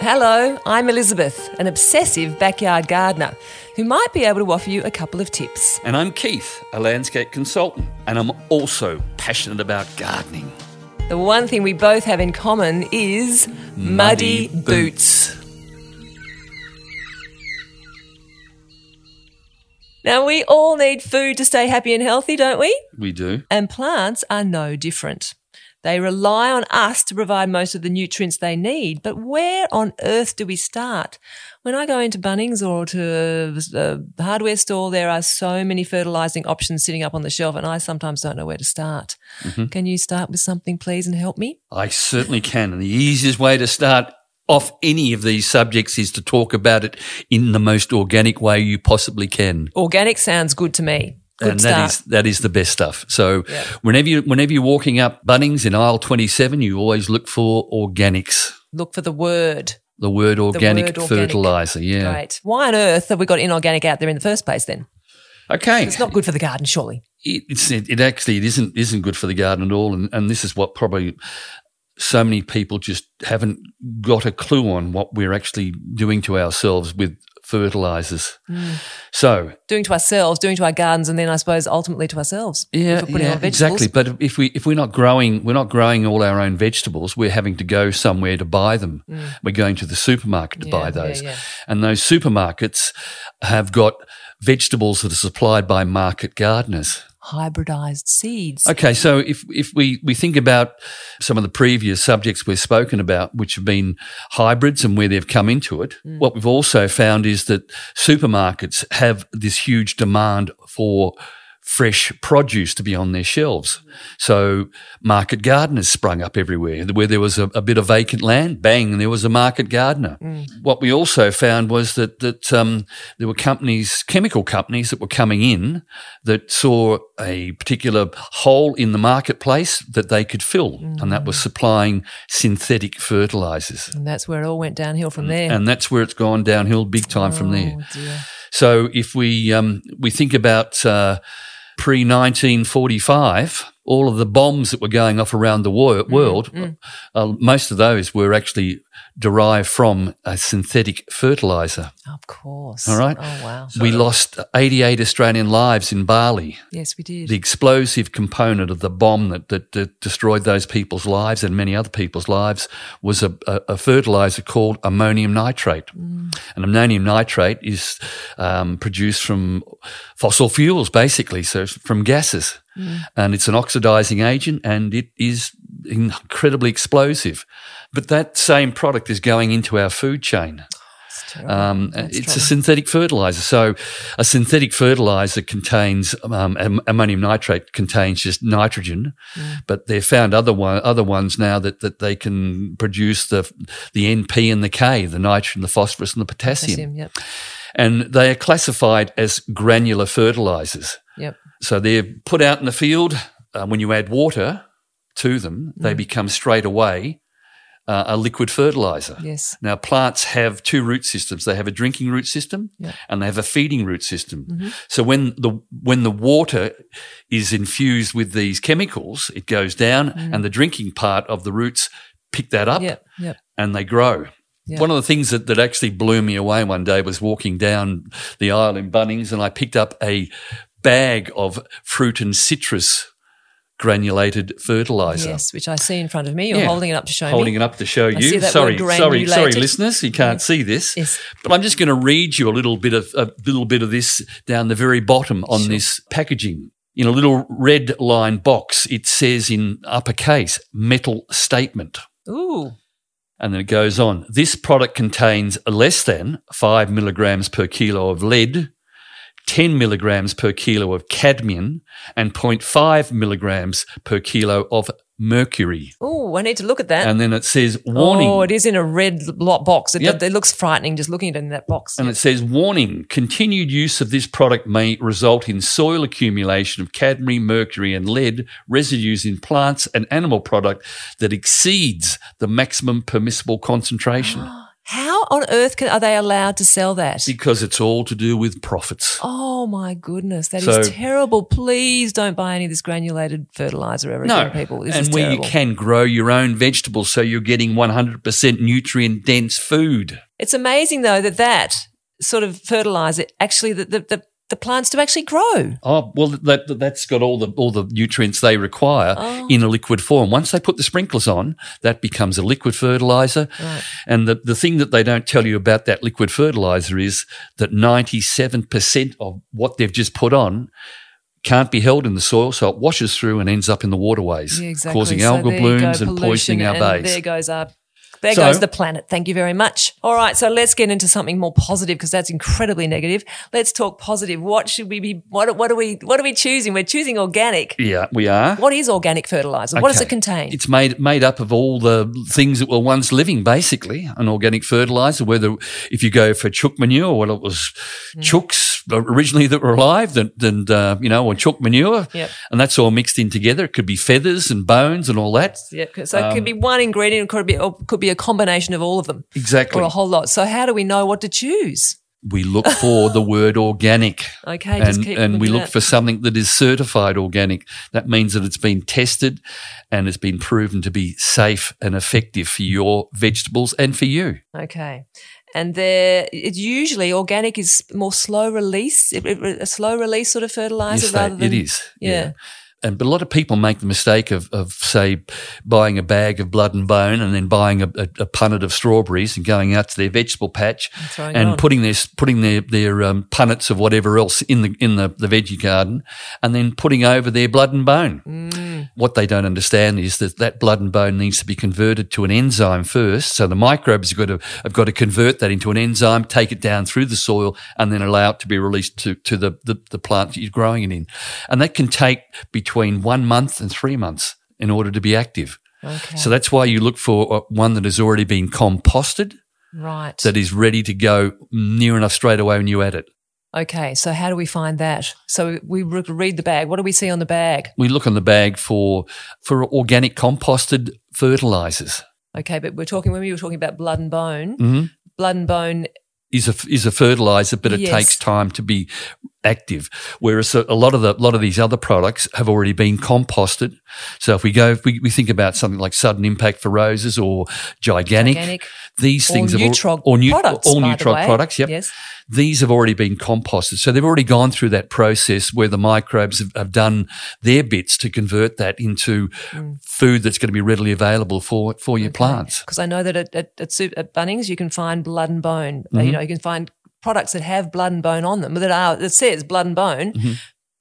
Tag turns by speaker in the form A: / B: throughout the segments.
A: Hello, I'm Elizabeth, an obsessive backyard gardener who might be able to offer you a couple of tips.
B: And I'm Keith, a landscape consultant, and I'm also passionate about gardening.
A: The one thing we both have in common is muddy,
B: Muddy
A: boots. Now, we all need food to stay happy and healthy, don't we?
B: We do.
A: And plants are no different. They rely on us to provide most of the nutrients they need. But where on earth do we start? When I go into Bunnings or to the hardware store, there are so many fertilizing options sitting up on the shelf, and I sometimes don't know where to start.
B: Mm-hmm.
A: Can you start with something, please, and help me?
B: I certainly can. And the easiest way to start off any of these subjects is to talk about it in the most organic way you possibly can.
A: Organic sounds good to me. Good
B: and
A: start.
B: that is that is the best stuff. So
A: Yeah.
B: whenever you whenever you're walking up Bunnings in aisle 27, you always look for organics.
A: Look for the word.
B: The word organic
A: word organic.
B: fertilizer, yeah.
A: Great. Why on earth have we got inorganic out there in the first place then?
B: Okay.
A: It's not good for the garden, surely.
B: it, it's, it, it actually it isn't isn't good for the garden at all, and, and this is what probably so many people just haven't got a clue on what we're actually doing to ourselves with fertilizers.
A: Mm.
B: So
A: Doing to ourselves, doing to our gardens, and then I suppose ultimately to ourselves.
B: yeah,
A: If we're putting
B: yeah,
A: on vegetables.
B: exactly. But if we if we're not growing we're not growing all our own vegetables, we're having to go somewhere to buy them. We're going to the supermarket to
A: Mm. Yeah,
B: buy
A: yeah,
B: those,
A: yeah.
B: and those supermarkets have got vegetables that are supplied by market gardeners.
A: hybridized seeds.
B: Okay, so if if we, we think about some of the previous subjects we've spoken about, which have been hybrids and where they've come into it, what we've also found is that supermarkets have this huge demand for fresh produce to be on their shelves. So market gardeners sprung up everywhere. Where there was a, a bit of vacant land, bang, there was a market gardener. What we also found was that that um, there were companies, chemical companies that were coming in that saw a particular hole in the marketplace that they could fill, and that was supplying synthetic fertilizers.
A: And that's where it all went downhill from there.
B: And that's where it's gone downhill big time from there.
A: Oh, dear.
B: So if we um, we think about uh, pre nineteen forty five, all of the bombs that were going off around the wor- world, Uh, most of those were actually derived from a synthetic fertilizer.
A: Of course.
B: All right.
A: Oh, wow.
B: we lost eighty eight Australian lives in Bali.
A: Yes, we did.
B: The explosive component of the bomb that, that, that destroyed those people's lives and many other people's lives was a, a, a fertilizer called ammonium nitrate. And ammonium nitrate is um, produced from fossil fuels, basically, so it's from gases. And it's an oxidizing agent and it is incredibly explosive. But that same product is going into our food chain.
A: It's terrible.
B: Um,
A: That's
B: it's a
A: trouble.
B: synthetic fertilizer. So, a synthetic fertilizer contains um, am- ammonium nitrate contains just nitrogen,
A: Mm.
B: but they've found other one, other ones now that, that they can produce the the NP and the K, the nitrogen, the phosphorus, and the potassium,
A: Potassium, Yep.
B: and they are classified as granular fertilizers.
A: Yep.
B: So they're put out in the field. Uh, when you add water to them,
A: Mm.
B: they become straight away uh, a liquid fertilizer.
A: Yes.
B: Now, plants have two root systems. They have a drinking root system
A: Yeah. Mm-hmm.
B: and they have a feeding root system. So when the when the water is infused with these chemicals, it goes down,
A: Mm.
B: and the drinking part of the roots pick that up
A: Yep. Yep.
B: and they grow.
A: Yeah.
B: One of the things that, that actually blew me away one day was walking down the aisle in Bunnings and I picked up a bag of fruit and citrus granulated fertilizer.
A: Yes, which I see in front of me. You're
B: Yeah.
A: holding it up to show
B: Holding
A: me.
B: it up to show
A: see
B: you.
A: that
B: Sorry,
A: word
B: sorry, sorry,
A: granulated.
B: listeners, you can't see this.
A: Yes.
B: But I'm just going to read you a little bit of a little bit of this down the very bottom on this packaging. In a little red line box, it says in uppercase metal statement.
A: Ooh.
B: And then it goes on. This product contains less than five milligrams per kilo of lead, 10 milligrams per kilo of cadmium, and 0.5 milligrams per kilo of mercury.
A: Ooh, I need to look at that.
B: And then it says warning.
A: Uh, Oh, it is in a red lot box. It,
B: Yep.
A: it looks frightening just looking at it in that box.
B: and it says warning continued use of this product may result in soil accumulation of cadmium mercury and lead residues in
A: Ah.
B: plants and animal product that exceeds the maximum permissible concentration
A: How on earth can, are they allowed to sell that?
B: because it's all to do with profits.
A: Oh my goodness, that is
B: So-
A: terrible. Please don't buy any of this granulated fertilizer ever again, people. This
B: and
A: is
B: where
A: terrible.
B: you can grow your own vegetables, so you're getting 100% nutrient dense food.
A: It's amazing though that that sort of fertilizer actually the, the, the, the plants do actually grow.
B: Oh well, that that's got all the all the nutrients they require
A: Oh.
B: in a liquid form. Once they put the sprinklers on, that becomes a liquid fertilizer.
A: Right.
B: And the the thing that they don't tell you about that liquid fertilizer is that ninety seven percent of what they've just put on can't be held in the soil, so it washes through and ends up in the waterways,
A: Yeah, exactly.
B: causing
A: So
B: algal
A: there you go,
B: blooms and
A: pollution,
B: poisoning our
A: and
B: bays.
A: There goes our there
B: So-
A: goes the planet. Thank you very much. All right, so let's get into something more positive because that's incredibly negative. Let's talk positive. What should we be? What, what are we? What are we choosing? We're choosing organic.
B: Yeah, we are.
A: What is organic fertilizer? What does
B: Okay.
A: it contain?
B: It's made made up of all the things that were once living, basically, an organic fertilizer. Whether if you go for chook manure, well, it was
A: Mm.
B: chooks originally that were alive, and, and uh, you know, or chook manure,
A: Yep.
B: and that's all mixed in together. It could be feathers and bones and all that.
A: Yeah, so it could be
B: um,
A: one ingredient, it could be or could be a combination of all of them,
B: Exactly.
A: or a whole lot. So how do we know what to choose?
B: we look for the word organic.
A: Okay, just
B: And,
A: keep
B: and we
A: looking
B: look
A: at-
B: for something that is certified organic. That means that it's been tested and it's been proven to be safe and effective for your vegetables and for you.
A: Okay, and there it usually organic is more slow release, it- it- a slow release sort of fertilizer
B: they-
A: rather than
B: it is.
A: yeah.
B: And but a lot of people make the mistake of, of say buying a bag of blood and bone and then buying a, a, a punnet of strawberries and going out to their vegetable patch
A: throwing
B: and,
A: it on.
B: putting their putting their their um, punnets of whatever else in the in the, the veggie garden and then putting over their blood and bone. What they don't understand is that that blood and bone needs to be converted to an enzyme first. So the microbes have got to have got to convert that into an enzyme, take it down through the soil, and then allow it to be released to to the the, the plant that you're growing it in. And that can take between one month and three months in order to be active.
A: Okay.
B: So that's why you look for uh, one that has already been composted,
A: right.
B: that is ready to go near enough straight away when you add it.
A: okay, so how do we find that? So we re- read the bag. What do we see on the bag?
B: We look on the bag for for organic composted fertilizers.
A: Okay, but we're talking when we were talking about blood and bone.
B: Mm-hmm.
A: Blood and bone.
B: is a is a fertilizer, but it
A: Yes.
B: takes time to be active. Whereas a, a lot of the lot of these other products have already been composted. So if we go, if we, we think about something like sudden impact for roses or gigantic,
A: Gigantic.
B: these
A: Or
B: things have
A: Neutrog
B: al- or new,
A: products,
B: all
A: by the
B: Neutrog
A: way.
B: products. Yep,
A: Yes.
B: these have already been composted, so they've already gone through that process where the microbes have, have done their bits to convert that into
A: Mm.
B: food that's going to be readily available for for your plants.
A: Because I know that at, at, at, Sup- at Bunnings you can find blood and bone. Uh,
B: Mm-hmm.
A: You know, you can find products that have blood and bone on them that are that says blood and bone.
B: Mm-hmm.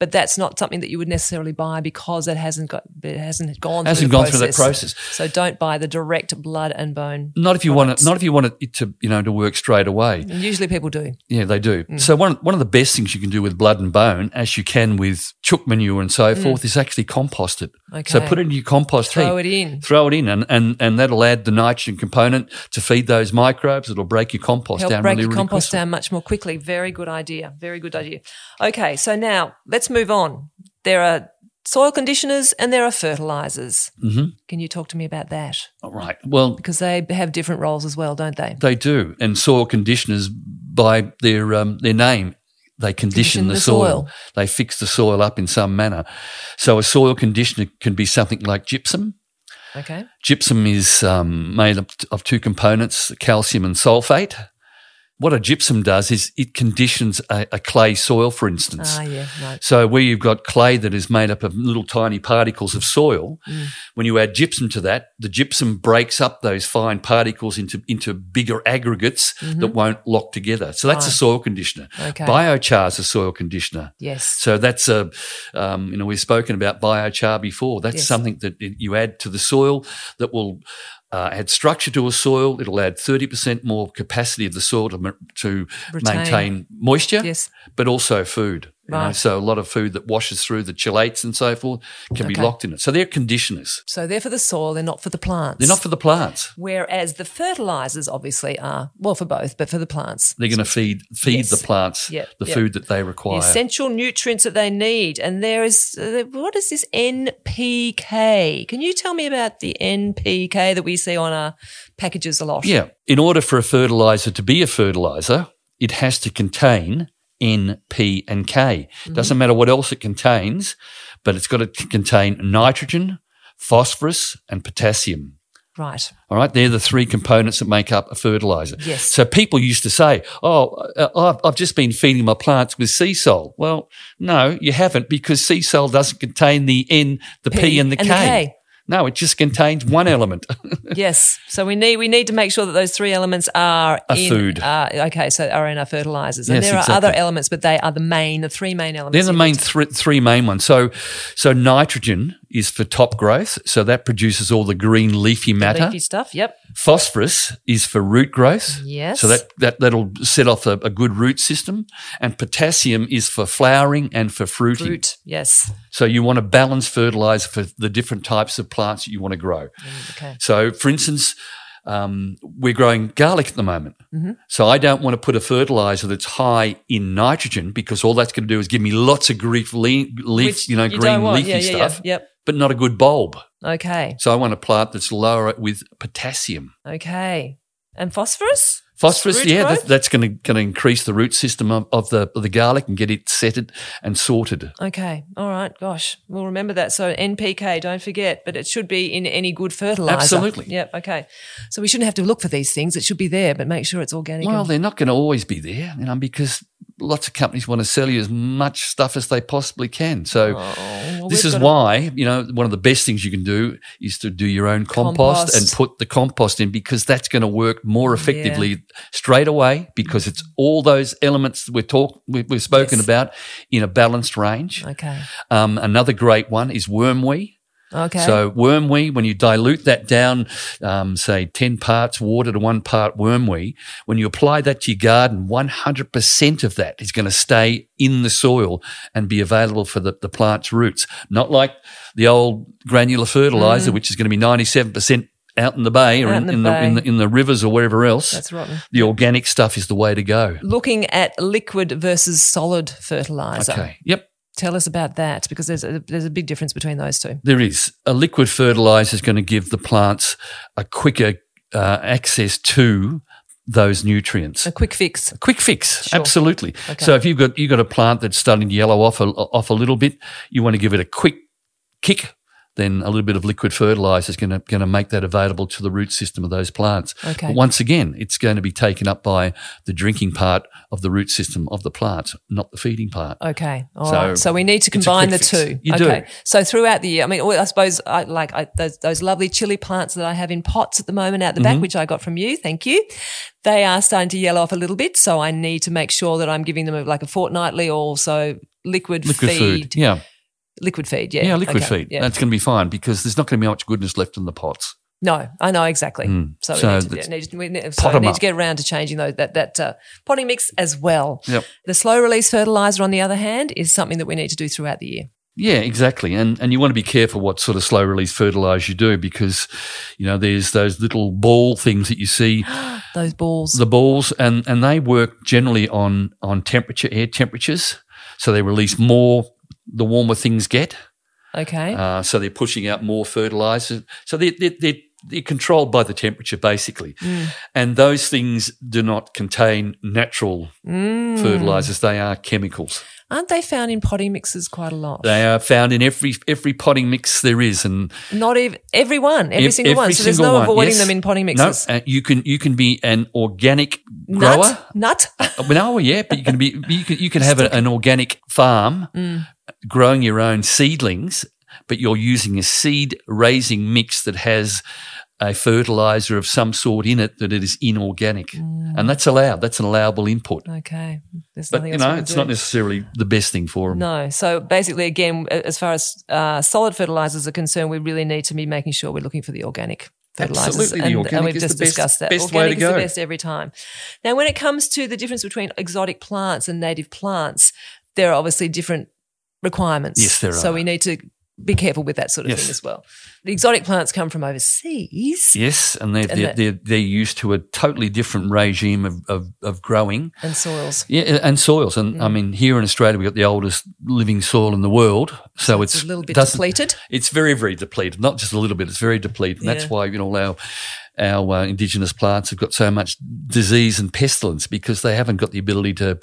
A: But that's not something that you would necessarily buy because it hasn't got it hasn't gone
B: Hasn't
A: through the
B: gone through that process.
A: So don't buy the direct blood and bone.
B: Not if you want it. Not if you want it to, you know, to work straight away.
A: And usually people do.
B: Yeah, they do.
A: Mm.
B: So one one of the best things you can do with blood and bone, as you can with chook manure and so forth, is actually compost it. So
A: Mm. Okay.
B: put it in your compost
A: Throw
B: heap.
A: it in.
B: Throw it in, and, and, and that'll add the nitrogen component to feed those microbes. It'll break your compost
A: Help
B: down
A: break
B: really,
A: your
B: really
A: compost
B: quickly.
A: down much more quickly. Very good idea. Very good idea. Okay, so now let's move on. There are soil conditioners and there are fertilizers. Mm-hmm. Can you talk to me about that?
B: All right. Well,
A: Because they have different roles as well, don't they?
B: They do, and soil conditioners by their um, their name. They condition,
A: Condition
B: the,
A: the
B: soil.
A: soil.
B: They fix the soil up in some manner. So a soil conditioner can be something like gypsum.
A: Okay.
B: Gypsum is um, made up of two components, calcium and sulfate. What a gypsum does is it conditions a, a clay soil, for instance.
A: Ah, yeah, right.
B: So where you've got clay that is made up of little tiny particles of soil,
A: Mm.
B: when you add gypsum to that, the gypsum breaks up those fine particles into into bigger aggregates that won't lock together. So that's a soil conditioner.
A: Mm-hmm. Okay.
B: Biochar is a soil conditioner.
A: Yes.
B: So that's a, um, you know, we've spoken about biochar before. That's
A: Yes.
B: something that it- you add to the soil that will uh, add structure to a soil. It'll add 30% more capacity of the soil to, ma- to
A: Retain.
B: maintain moisture,
A: Yes.
B: but also food. you know.
A: Right.
B: So a lot of food that washes through the chelates and so forth can be
A: Okay.
B: locked in it. So they're conditioners.
A: So they're for the soil, they're not for the plants.
B: They're not for the plants.
A: Whereas the fertilizers obviously are, well, for both, but for the plants.
B: They're going to feed feed
A: Yes.
B: the plants
A: Yep,
B: the
A: yep.
B: food that they
A: The
B: require.
A: essential nutrients that they need. And there is, uh, what is this NPK? Can you tell me about the NPK that we see on our packages a lot?
B: Yeah. In order for a fertilizer to be a fertilizer, it has to contain N, P, and K. Doesn't matter what else it contains, but it's got to c- contain nitrogen, phosphorus, and potassium.
A: Right.
B: All right, they're the three components that make up a fertilizer.
A: Yes.
B: So people used to say, "Oh, uh, I've, I've just been feeding my plants with sea salt." Well, no, you haven't because sea salt doesn't contain the N, the P, and, the, K. No, it just contains one element.
A: yes. So we need we need to make sure that those three elements are
B: A
A: in
B: food.
A: Uh, okay, so are in our fertilizers, and
B: Yes,
A: there
B: exactly.
A: are other elements, but they are the main, the three main elements.
B: They're the
A: in
B: main
A: it.
B: thr three main ones. So, so nitrogen is for top growth, so that produces all the green leafy matter.
A: leafy stuff. Yep.
B: Phosphorus is for root growth.
A: Yes.
B: So that, that, that'll set off a, a good root system. And potassium is for flowering and for fruiting.
A: Fruit. Yes.
B: So you want to balance fertilizer for the different types of plants that you want to grow.
A: Okay.
B: So, for instance, um, we're growing garlic at the moment.
A: Mm-hmm.
B: So I don't want to put a fertilizer that's high in nitrogen because all that's going to do is give me lots of green leaf, leaf
A: Which
B: you know,
A: don't
B: green
A: want.
B: leafy
A: yeah, yeah,
B: stuff,
A: Yeah. Yep.
B: but not a good bulb.
A: Okay.
B: So I want a plant that's lower with potassium.
A: Okay. And phosphorus.
B: Phosphorus,
A: Root
B: yeah,
A: growth?
B: that, that's going to going to increase the root system of, of the of the garlic and get it setted and sorted.
A: Okay. All right. Gosh, we'll remember that. So NPK, don't forget, but it should be in any good fertilizer.
B: Absolutely.
A: Yep. Okay. So we shouldn't have to look for these things. It should be there, but make sure it's organic.
B: Well,
A: and-
B: they're not going to always be there, you know, because lots of companies want to sell you as much stuff as they possibly can. So
A: Oh, well,
B: this
A: we've
B: is
A: got to-
B: why you know one of the best things you can do is to do your own compost,
A: Compost.
B: and put the compost in because that's going to work more effectively straight away because it's all those elements that we're talk we- we've spoken
A: Yes.
B: about in a balanced range.
A: Okay.
B: Um, another great one is wormweed.
A: Okay.
B: So wormwee, when you dilute that down, um, say ten parts water to one part wormwee, when you apply that to your garden, one hundred percent of that is going to stay in the soil and be available for the, the plant's roots. Not like the old granular fertilizer, which is going to be ninety seven percent out in the bay or
A: Mm. Out in
B: in,
A: the
B: in, the, in,
A: bay.
B: the, in the rivers or wherever else.
A: that's rotten.
B: the organic stuff is the way to go.
A: Looking at liquid versus solid fertilizer.
B: Okay. Yep.
A: Tell us about that because there's a, there's a big difference between those two.
B: There is. A liquid fertilizer is going to give the plants a quicker uh, access to those nutrients.
A: A quick fix.
B: Quick fix,
A: Sure.
B: absolutely.
A: Okay.
B: So if you've got you've got a plant that's starting to yellow off a, off a little bit, you want to give it a quick kick. Then a little bit of liquid fertilizer is going to going to make that available to the root system of those plants.
A: Okay.
B: But once again, it's going to be taken up by the drinking part of the root system of the plant, not the feeding part.
A: Okay. all right.
B: So
A: so, we need to
B: a
A: combine the
B: quick fix.
A: two.
B: You do.
A: okay. So throughout the year, I mean, well, I suppose I, like I, those, those lovely chili plants that I have in pots at the moment out the
B: Mm-hmm.
A: back, which I got from you. Thank you. They are starting to yellow off a little bit. So I need to make sure that I'm giving them a, like a fortnightly or so liquid,
B: Liquid
A: feed.
B: food, yeah,
A: Liquid feed. Yeah.
B: yeah, liquid
A: Okay.
B: feed.
A: Yeah.
B: That's going to be fine because there's not going to be much goodness left in the pots.
A: No, I know exactly. So,
B: Hmm. So
A: we need
B: that's-
A: to, need, we need, so
B: Pot
A: we
B: 'em
A: need
B: up.
A: to get around to changing those, that that uh, potting mix as well.
B: Yep.
A: The slow release fertilizer, on the other hand, is something that we need to do throughout the year.
B: Yeah, exactly. And and you want to be careful what sort of slow release fertilizer you do because, you know, there's those little ball things that you see,
A: Those balls.
B: the balls, and, and they work generally on, on temperature, air temperatures. So they release more the warmer things get.
A: okay.
B: Uh, so they're pushing out more fertilizer. So they're, they're, they're, they're controlled by the temperature, basically.
A: Mm.
B: And those things do not contain natural
A: Mm.
B: fertilizers, they are chemicals.
A: Aren't they found in potting mixes quite a lot?
B: They are found in every every potting mix there is, and
A: Not even every one, every
B: Ev-
A: single one. So there's
B: single
A: no
B: one,
A: avoiding
B: yes.
A: them in potting mixes.
B: No, uh, you can you can be an organic grower.
A: Nut, nut.
B: Uh, well, No, yeah, but you can be you can you can have a, an organic farm
A: Mm.
B: growing your own seedlings, but you're using a seed raising mix that has a fertilizer of some sort in it that it is inorganic,
A: Mm.
B: and that's allowed. That's an allowable input.
A: okay. There's
B: But
A: nothing
B: you
A: else we
B: know,
A: can
B: it's
A: do.
B: not necessarily the best thing for them.
A: No. So basically, again, a- as far as uh, solid fertilizers are concerned, we really need to be making sure we're looking for the organic fertilizers.
B: Absolutely, the
A: and,
B: organic
A: and we've
B: is
A: just
B: the best-
A: discussed that.
B: best way to
A: organic is
B: go.
A: the best every time. Now, when it comes to the difference between exotic plants and native plants, there are obviously different requirements.
B: Yes, there
A: So
B: are.
A: we need to be careful with that sort of
B: Yes.
A: thing as well. The exotic plants come from overseas,
B: Yes, and they're,
A: And
B: they're,
A: that-
B: they're, they're used to a totally different regime of, of, of growing.
A: and soils.
B: Yeah, and soils. And
A: Mm.
B: I mean, here in Australia, we've got the oldest living soil in the world. So, it's,
A: It's a little bit
B: doesn't-
A: depleted.
B: It's very, very depleted. Not just a little bit, it's very depleted. And
A: Yeah.
B: that's why, you know, all our, our uh, indigenous plants have got so much disease and pestilence because they haven't got the ability to,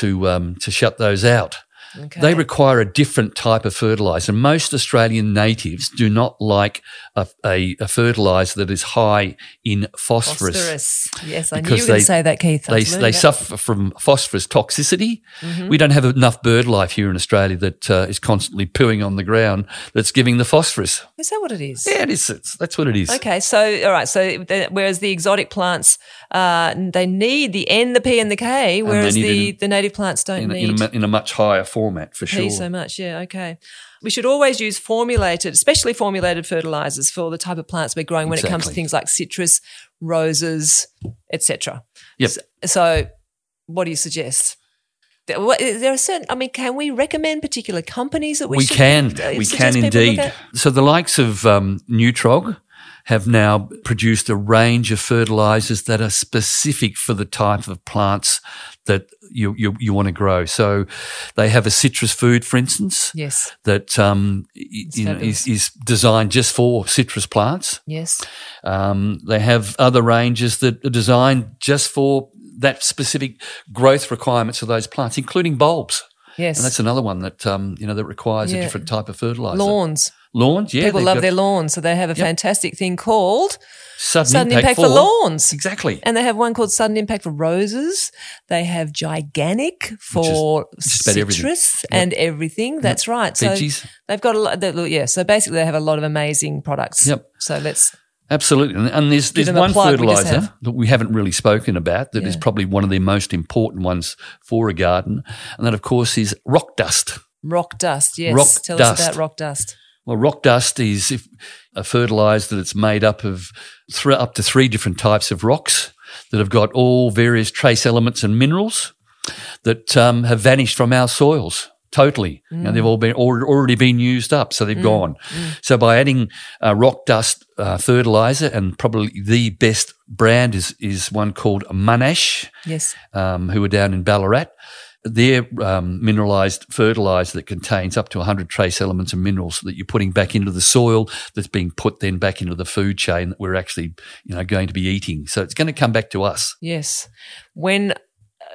B: to, um, to shut those out.
A: Okay.
B: They require a different type of fertilizer. Most Australian natives do not like a, a, a fertilizer that is high in phosphorus.
A: Phosphorus. Yes, I knew
B: Because
A: you were going
B: they-
A: to say that, Keith. I
B: They,
A: was learning
B: they
A: that.
B: suffer from phosphorus toxicity.
A: Mm-hmm.
B: We don't have enough bird life here in Australia that uh, is constantly pooing on the ground that's giving the phosphorus.
A: Is that what it is?
B: Yeah, it is. It's, that's what it is.
A: Okay, so all right, so the, whereas the exotic plants, uh, they need the N, the P, and the K, whereas
B: need it
A: the,
B: in-
A: the native plants don't
B: In, a-
A: need
B: in, a, mu- in a much higher format, for
A: P
B: sure.
A: so much. Yeah, okay. We should always use formulated, especially formulated fertilizers for the type of plants we're growing when it comes to
B: Exactly.
A: things like citrus, roses, etc.
B: Yep.
A: So, so what do you suggest? There what- there are certain. I mean, can we recommend particular companies that we,
B: we
A: should,
B: can,
A: uh,
B: we
A: suggest
B: can
A: people look
B: indeed.
A: at?
B: So the likes of um, Nutrog have now produced a range of fertilizers that are specific for the type of plants that you you, you want to grow. So they have a citrus food, for instance,
A: Yes.
B: that um, y- you know,
A: fabulous.
B: is, is designed just for citrus plants.
A: Yes.
B: Um, they have other ranges that are designed just for that specific growth requirements of those plants, including bulbs.
A: Yes.
B: And that's another one that um, you know that requires
A: Yeah.
B: a different type of fertilizer.
A: lawns.
B: Lawns, yeah.
A: People
B: they've
A: love
B: got
A: their lawns, so they have a fantastic thing called
B: sudden,
A: sudden impact, for lawns.
B: Exactly.
A: And they have one called Sudden Impact for roses. They have Gigantic for
B: just about everything.
A: citrus and everything. That's right. So
B: Veggies.
A: they've got a lot. They, yeah. So basically, they have a lot of amazing products.
B: Yep.
A: So let's.
B: Absolutely. And, and there's, there's
A: them a
B: one
A: plug, we just
B: fertilizer
A: have.
B: that we haven't really spoken about that is
A: Yeah.
B: probably one of the most important ones for a garden. And that, of course, is rock dust.
A: Rock dust. Yes.
B: Rock
A: Tell us
B: dust.
A: about rock dust.
B: Well, rock dust is if, uh, a fertilizer that's made up of thr up to three different types of rocks that have got all various trace elements and minerals that um, have vanished from our soils totally. And they've all been al- already been used up, so they've gone. So by adding uh, rock dust uh, fertilizer, and probably the best brand is is one called Monash
A: Yes.
B: um, who are down in Ballarat. Their um, mineralized fertilizer that contains up to 100 trace elements and minerals that you're putting back into the soil that's being put then back into the food chain that we're actually, you know, going to be eating. So it's going to come back to us.
A: Yes. When uh,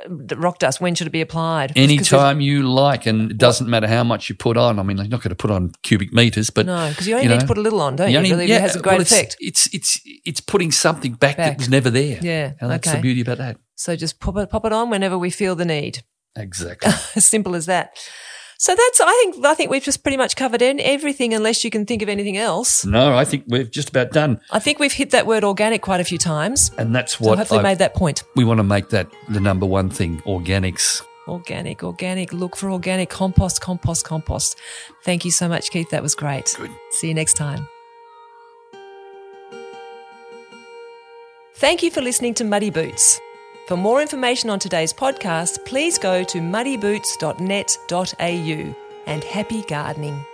A: the rock dust? When should it be applied? Because there's-
B: Anytime you like, and it doesn't matter how much you put on. I mean, you're not going to put on cubic meters, but
A: No, because you only
B: you
A: need
B: know,
A: to put a little on, don't you?
B: only-
A: really, it has a great
B: well, it's-
A: effect.
B: It's, it's it's putting something back,
A: Back.
B: that was never there.
A: Yeah,
B: and that's
A: okay.
B: the beauty about that.
A: So just pop it, pop it on whenever we feel the need.
B: Exactly.
A: as simple as that. So that's I think I think we've just pretty much covered in everything unless you can think of anything else.
B: no, I think we've just about done,
A: I think we've hit that word organic quite a few times.
B: and that's
A: So
B: what
A: hopefully
B: I've-
A: made that point.
B: we want to make that the number one thing organics
A: Organic, organic, look for organic compost, compost, compost. Thank you so much, Keith. That was great.
B: Good.
A: See you next time. Thank you for listening to Muddy Boots. For more information on today's podcast, please go to muddyboots.net.au and happy gardening.